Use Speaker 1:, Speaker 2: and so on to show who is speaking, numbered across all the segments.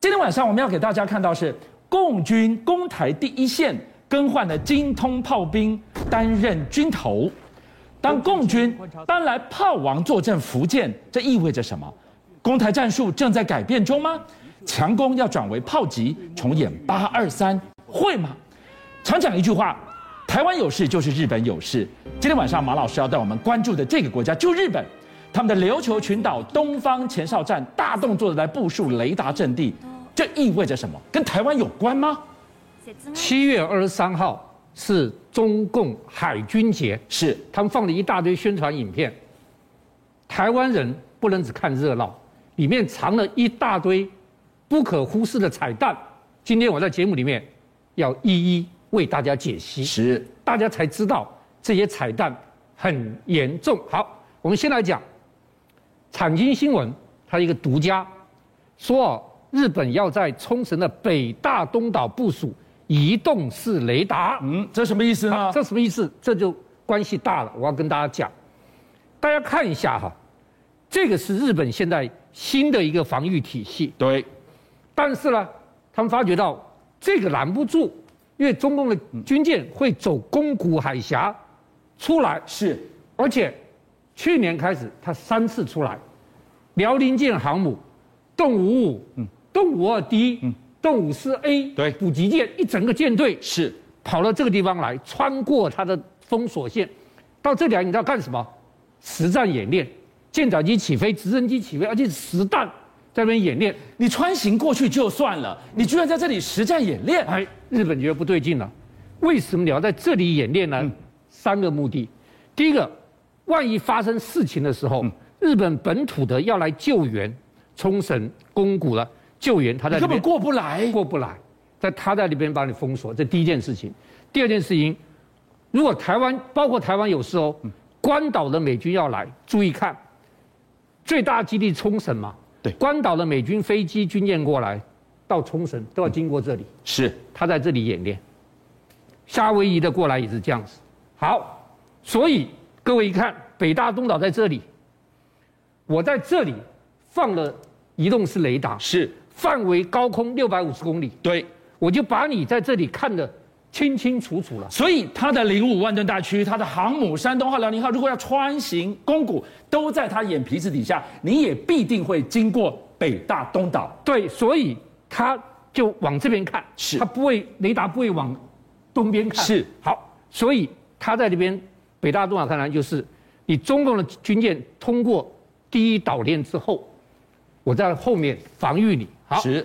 Speaker 1: 今天晚上我们要给大家看到是共军攻台第一线更换了精通炮兵担任军头。当共军搬来炮王坐镇福建，这意味着什么？攻台战术正在改变中吗？强攻要转为炮击，重演八二三会吗？常讲一句话，台湾有事就是日本有事。今天晚上马老师要带我们关注的这个国家就日本，他们的琉球群岛东方前哨站大动作的来部署雷达阵地，这意味着什么？跟台湾有关吗？
Speaker 2: 七月二十三号是中共海军节，
Speaker 1: 是
Speaker 2: 他们放了一大堆宣传影片。台湾人不能只看热闹，里面藏了一大堆不可忽视的彩蛋。今天我在节目里面要一一为大家解析，
Speaker 1: 是
Speaker 2: 大家才知道这些彩蛋很严重。好，我们先来讲产经新闻，它一个独家说哦，日本要在冲绳的北大东岛部署移动式雷达。
Speaker 1: 嗯，这什么意思呢？
Speaker 2: 啊这什么意思？这就关系大了。我要跟大家讲，大家看一下哈，这个是日本现在新的一个防御体系，
Speaker 1: 对，
Speaker 2: 但是呢，他们发觉到这个拦不住，因为中共的军舰会走宫古海峡出来，
Speaker 1: 是
Speaker 2: 而且去年开始它三次出来，辽宁舰航母动五五、动五二 D、动五四 A
Speaker 1: 对
Speaker 2: 补给舰一整个舰队
Speaker 1: 是，
Speaker 2: 跑到这个地方来，穿过它的封锁线，到这里来，你知道干什么？实战演练，舰载机起飞，直升机起飞，而且是实弹在那边演练。
Speaker 1: 你穿行过去就算了，你居然在这里实战演练，
Speaker 2: 哎，日本觉得不对劲了，为什么你要在这里演练呢？
Speaker 1: 嗯
Speaker 2: 三个目的，第一个，万一发生事情的时候，
Speaker 1: 嗯
Speaker 2: 日本本土的要来救援冲绳、宫古了，救援他在
Speaker 1: 你
Speaker 2: 那
Speaker 1: 根
Speaker 2: 边
Speaker 1: 本过不来。
Speaker 2: 过不来，在他在那边把你封锁，这第一件事情。第二件事情，如果台湾包括台湾有事哦，
Speaker 1: 嗯
Speaker 2: 关岛的美军要来，注意看，最大基地冲绳嘛，
Speaker 1: 对
Speaker 2: 关岛的美军飞机军舰过来，到冲绳都要经过这里，
Speaker 1: 是
Speaker 2: 他在这里演练。夏威夷的过来也是这样子。好，所以各位一看，北大东岛在这里，我在这里放了移动式雷达，
Speaker 1: 是，
Speaker 2: 范围高空六百五十公里，
Speaker 1: 对。
Speaker 2: 我就把你在这里看得清清楚楚了。
Speaker 1: 所以他的零五万吨大驱，他的航母山东号、辽宁号，如果要穿行宫古，都在他眼皮子底下，你也必定会经过北大东岛。
Speaker 2: 对，所以他就往这边看，
Speaker 1: 是
Speaker 2: 他不会雷达不会往东边看，
Speaker 1: 是
Speaker 2: 好，所以他在这边北大东亚看来就是，你中共的军舰通过第一岛链之后，我在后面防御你。好，
Speaker 1: 是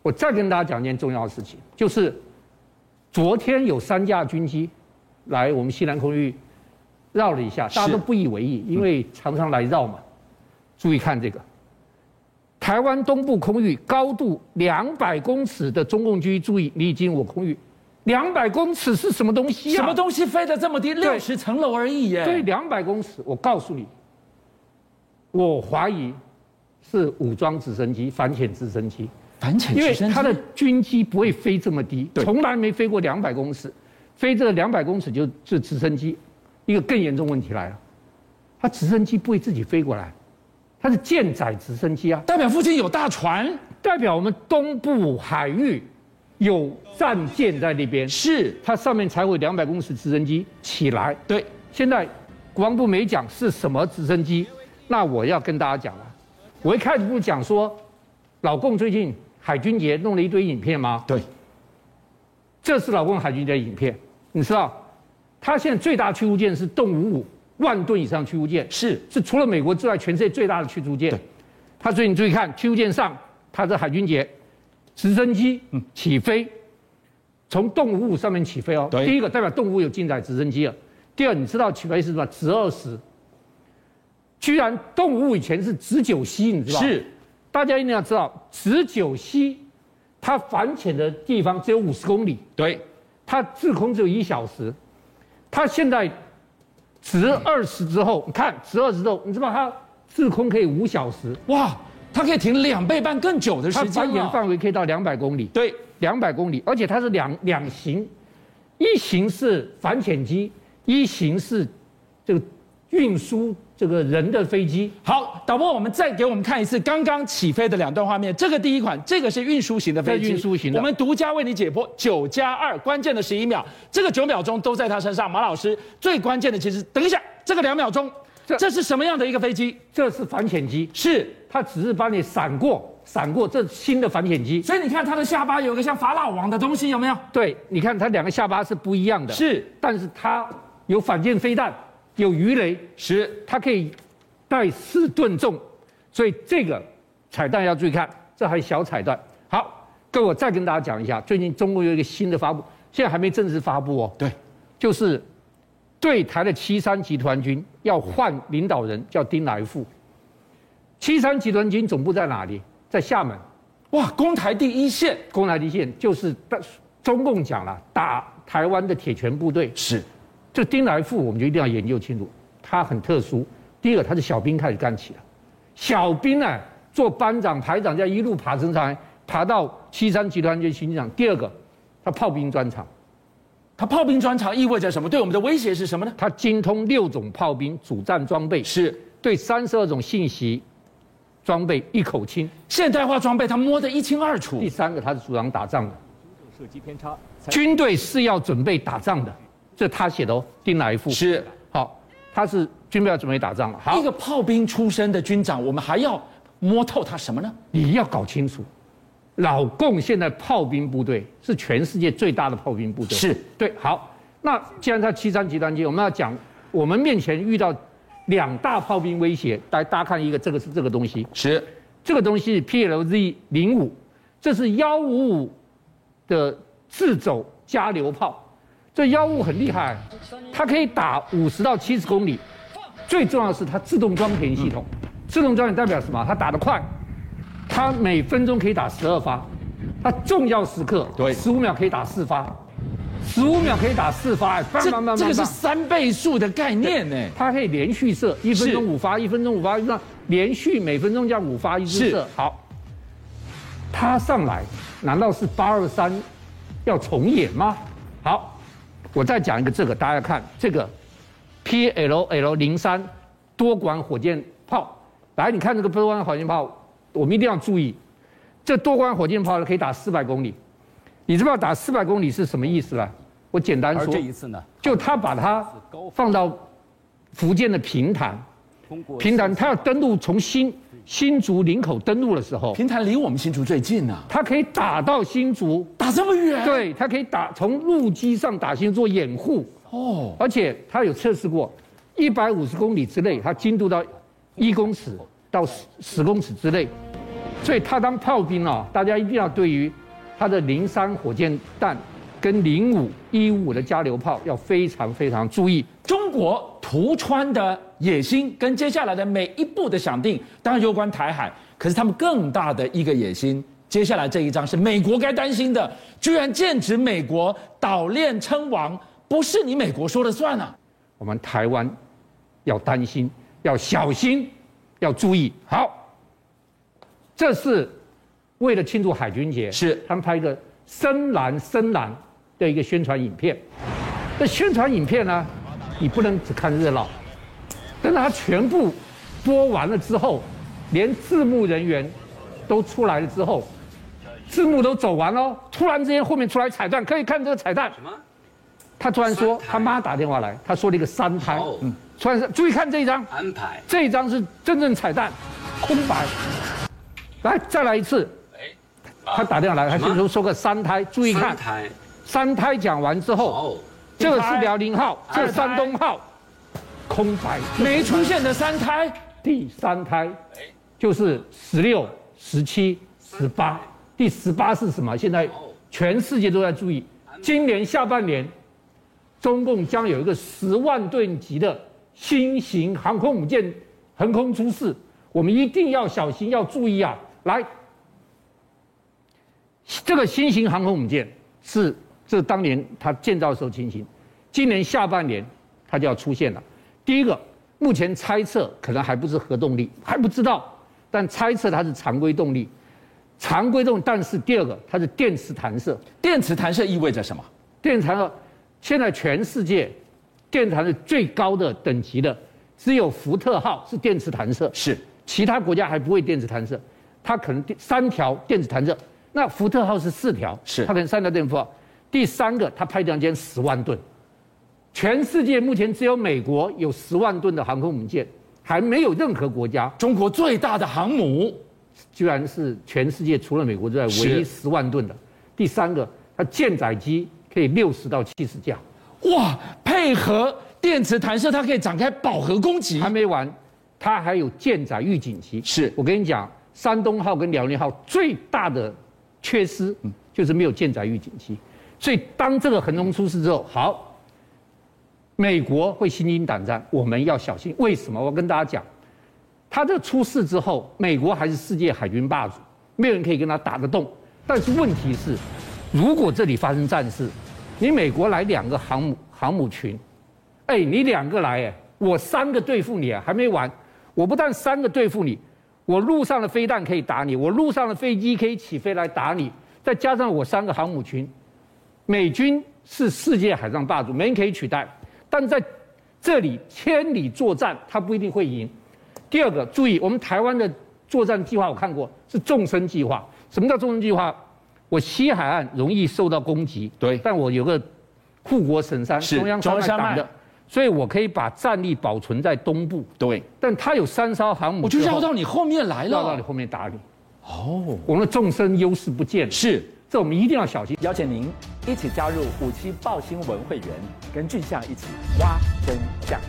Speaker 2: 我再跟大家讲一件重要的事情，就是昨天有三架军机来我们西南空域绕了一下，大家
Speaker 1: 是嗯
Speaker 2: 都不以为意，因为常常来绕嘛。注意看这个，台湾东部空域高度两百公尺的中共军，注意你已经我空域，两百公尺是什么东西啊？
Speaker 1: 什么东西飞得这么低？六
Speaker 2: 对
Speaker 1: 十层楼而已耶。
Speaker 2: 对，，两百公尺，我告诉你，我怀疑是武装直升机、反潜直升机。
Speaker 1: 反潜
Speaker 2: 因为
Speaker 1: 哎直升机
Speaker 2: 它的军机不会飞这么低，
Speaker 1: 对
Speaker 2: 从来没飞过两百公尺，飞这两百公尺就就直升机。一个更严重问题来了，它直升机不会自己飞过来，它是舰载直升机啊，
Speaker 1: 代表附近有大船，
Speaker 2: 代表我们东部海域有战舰在那边，
Speaker 1: 是
Speaker 2: 它上面才会两百公尺直升机起来。
Speaker 1: 对，
Speaker 2: 现在国防部没讲是什么直升机，那我要跟大家讲了。我一开始不是讲说，老共最近海军节弄了一堆影片吗？
Speaker 1: 对，
Speaker 2: 这是老共海军节影片，你知道，他现在最大驱逐舰是动五五万吨以上驱逐舰，
Speaker 1: 是
Speaker 2: 是除了美国之外全世界最大的驱逐舰
Speaker 1: 对。
Speaker 2: 他所以你注意看，驱逐舰上它是海军节，直升机
Speaker 1: 嗯
Speaker 2: 起飞，从动五五上面起飞哦。
Speaker 1: 对
Speaker 2: 第一个代表动五有进载直升机了。第二，你知道起飞是什么？直二十。居然动五五以前是直九西，你知道吗？
Speaker 1: 是，
Speaker 2: 大家一定要知道，直九西它反潜的地方只有五十公里，
Speaker 1: 对，
Speaker 2: 它滞空只有一小时，它现在值二十之后，你看值二十之后，你知道它滞空可以五小时，
Speaker 1: 哇，它可以停两倍半更久的
Speaker 2: 它
Speaker 1: 时
Speaker 2: 翻
Speaker 1: 间啊
Speaker 2: 延
Speaker 1: 了。
Speaker 2: 范围可以到两百公里，
Speaker 1: 对，
Speaker 2: 两百公里，而且它是两两型，一型是反潜机，一型是这个运输这个人的飞机。
Speaker 1: 好，导播，我们再给我们看一次刚刚起飞的两段画面。这个第一款，这个是运输型的飞机，
Speaker 2: 这运输型的
Speaker 1: 我们独家为你解剖九加二，关键的十一秒，这个九秒钟都在他身上。马老师，最关键的其实，等一下，这个两秒钟，
Speaker 2: 这
Speaker 1: 这是什么样的一个飞机？
Speaker 2: 这是反潜机，
Speaker 1: 是，
Speaker 2: 它只是帮你闪过，闪过这新的反潜机。
Speaker 1: 所以你看它的下巴有一个像法老王的东西，有没有？
Speaker 2: 对，你看它两个下巴是不一样的，，
Speaker 1: 是
Speaker 2: 但是它有反舰飞弹，有鱼雷，
Speaker 1: 十，
Speaker 2: 它可以带四吨重，所以这个彩蛋要注意看，这还小彩蛋。好，各位，我再跟大家讲一下，最近中国有一个新的发布，现在还没正式发布哦，
Speaker 1: 对，
Speaker 2: 就是对台的七三集团军要换领导人，叫丁来富。七三集团军总部在哪里？在厦门。
Speaker 1: 哇，攻台第一线
Speaker 2: 攻台一线就是大中共讲了打台湾的铁拳部队，
Speaker 1: 是
Speaker 2: 这丁来富我们就一定要研究清楚，他很特殊。第一个，他是小兵开始干起的，小兵呢、做班长、排长，这样一路爬升上来，爬到七三集团军行长。第二个，他炮兵专长，
Speaker 1: 它炮兵专长意味着什么？对我们的威胁是什么呢？
Speaker 2: 他精通六种炮兵主战装备，
Speaker 1: 是
Speaker 2: 对三十二种信息装备一口清。
Speaker 1: 现代化装备，它摸得一清二楚
Speaker 2: 第。三个，他是主张打仗的，
Speaker 3: 射击偏差，才
Speaker 2: 军队是要准备打仗的，这他写的哦，丁来富。
Speaker 1: 是
Speaker 2: 好，他是军备要准备打仗了。好
Speaker 1: 一，个炮兵出身的军长，我们还要摸透他什么呢？
Speaker 2: 你要搞清楚，老共现在炮兵部队是全世界最大的炮兵部队。
Speaker 1: 是
Speaker 2: 对，好，那既然他七三集团军，我们要讲我们面前遇到两大炮兵威胁，大家大家看一个，这个是这个东西，
Speaker 1: 是
Speaker 2: 这个东西 PLZ 零五，这是幺五五的自走加榴炮，这幺五很厉害，它可以打五十到七十公里，最重要的是它自动装填系统，自动装填代表什么？它打得快，它每分钟可以打十二发，它重要时刻
Speaker 1: 对
Speaker 2: 十五秒可以打四发，十五秒可以打四发，哎，棒棒棒棒
Speaker 1: 这
Speaker 2: 棒
Speaker 1: 这个是三倍数的概念呢。
Speaker 2: 它可以连续射，一分钟五发，一分钟五发，那连续每分钟叫五发一支射
Speaker 1: 是。
Speaker 2: 好，他上来难道是八二三要重演吗？好，我再讲一个这个，大家看这个 PLL 零三多管火箭炮，来你看这个多管火箭炮，我们一定要注意，这多管火箭炮呢可以打四百公里，你知不知道打四百公里是什么意思了？我简单
Speaker 3: 而
Speaker 2: 说
Speaker 3: 这，一次呢，
Speaker 2: 就他把它放到福建的平潭，
Speaker 3: 通过
Speaker 2: 平潭他要登陆，从新新竹林口登陆的时候，
Speaker 1: 平潭离我们新竹最近啊，
Speaker 2: 他可以打到新竹，
Speaker 1: 打这么远，，
Speaker 2: 对，他可以打从陆基上打新竹做掩护，
Speaker 1: 哦，
Speaker 2: 而且他有测试过，一百五十公里之内，他精度到一公尺到十十公尺之内，所以他当炮兵啊，大家一定要对于他的零三火箭弹跟零五一五的加榴炮要非常非常注意。
Speaker 1: 中国图川的野心跟接下来的每一步的想定，当然攸关台海，可是他们更大的一个野心。接下来这一章是美国该担心的，居然剑指美国，岛链称王，不是你美国说了算啊！
Speaker 2: 我们台湾要担心，要小心，要注意。好，这是为了庆祝海军节，
Speaker 1: 是
Speaker 2: 他们拍一个深蓝深蓝的一个宣传影片。这宣传影片呢，你不能只看热闹，等它全部播完了之后，连字幕人员都出来了之后，字幕都走完了，突然之间后面出来彩蛋，可以看这个彩蛋。什么？他突然说他妈打电话来，他说了一个三胎
Speaker 4: 哦，
Speaker 2: 嗯，突然是注意看这一张，
Speaker 4: 安排。
Speaker 2: 这一张是真正彩蛋，空白。来，再来一次。
Speaker 4: 哎，
Speaker 2: 他打电话来，他
Speaker 4: 什么
Speaker 2: 就说说个三胎，注意看
Speaker 4: 三，台
Speaker 2: 三胎讲完之后，
Speaker 4: 哦，
Speaker 2: 这个
Speaker 1: 一
Speaker 2: 是
Speaker 1: 胎
Speaker 2: 辽宁号，这
Speaker 1: 二
Speaker 2: 是山
Speaker 1: 胎
Speaker 2: 东号，空白。
Speaker 1: 没出现的三胎，
Speaker 2: 第三胎就是十六、十七、十八。第十八是什么？现在全世界都在注意，今年下半年，中共将有一个十万吨级的新型航空母舰横空出世，我们一定要小心，要注意啊！来，这个新型航空母舰是这当年它建造的时候情形，今年下半年它就要出现了。第一个，目前猜测可能还不是核动力，还不知道，但猜测它是常规动力，常规动。但是第二个，它是电磁弹射，
Speaker 1: 电磁弹射意味着什么？
Speaker 2: 电磁弹射现在全世界电磁弹射最高的等级的只有福特号是电磁弹射，
Speaker 1: 是
Speaker 2: 其他国家还不会电子弹射，它可能第三条电子弹射，那福特号是四条，
Speaker 1: 是
Speaker 2: 它可能三条电子炮。第三个，它拍两间十万吨，全世界目前只有美国有十万吨的航空母舰，还没有任何国家
Speaker 1: 中国最大的航母，
Speaker 2: 居然是全世界除了美国之外
Speaker 1: 是
Speaker 2: 唯一十万吨的。第三个，它舰载机可以六十到七十架，
Speaker 1: 哇，配合电磁弹射，它可以展开饱和攻击
Speaker 2: 还，没完，它还有舰载预警机。
Speaker 1: 是
Speaker 2: 我跟你讲，山东号跟辽宁号最大的缺失就是没有舰载预警机。所以当这个横空出世之后，好，美国会心惊胆战，我们要小心。为什么？我跟大家讲，它这出事之后，美国还是世界海军霸主，没有人可以跟他打得动。但是问题是，如果这里发生战事，你美国来两个航母航母群，哎，你两个来，哎，我三个对付你，啊，还没完。我不但三个对付你，我路上的飞弹可以打你，我路上的飞机可以起飞来打你，再加上我三个航母群，美军是世界海上霸主，没人可以取代。但在这里千里作战，他不一定会赢。第二个，注意我们台湾的作战计划，我看过是纵深计划。什么叫纵深计划？我西海岸容易受到攻击，
Speaker 1: 对
Speaker 2: 但我有个护国神山
Speaker 1: 是
Speaker 2: 中央
Speaker 1: 中
Speaker 2: 山
Speaker 1: 央山
Speaker 2: 脉挡
Speaker 1: 脉
Speaker 2: 的，所以我可以把战力保存在东部。
Speaker 1: 对，
Speaker 2: 但它有三艘航母
Speaker 1: 我就
Speaker 2: 之后，
Speaker 1: 绕到你后面来
Speaker 2: 绕到你
Speaker 1: 了。
Speaker 2: 后面打你，
Speaker 1: 哦，
Speaker 2: 我们的纵深优势不见了，
Speaker 1: 是
Speaker 2: 这我们一定要小心。
Speaker 4: 邀请您一起加入五七报新闻会员，跟俊相一起挖真相。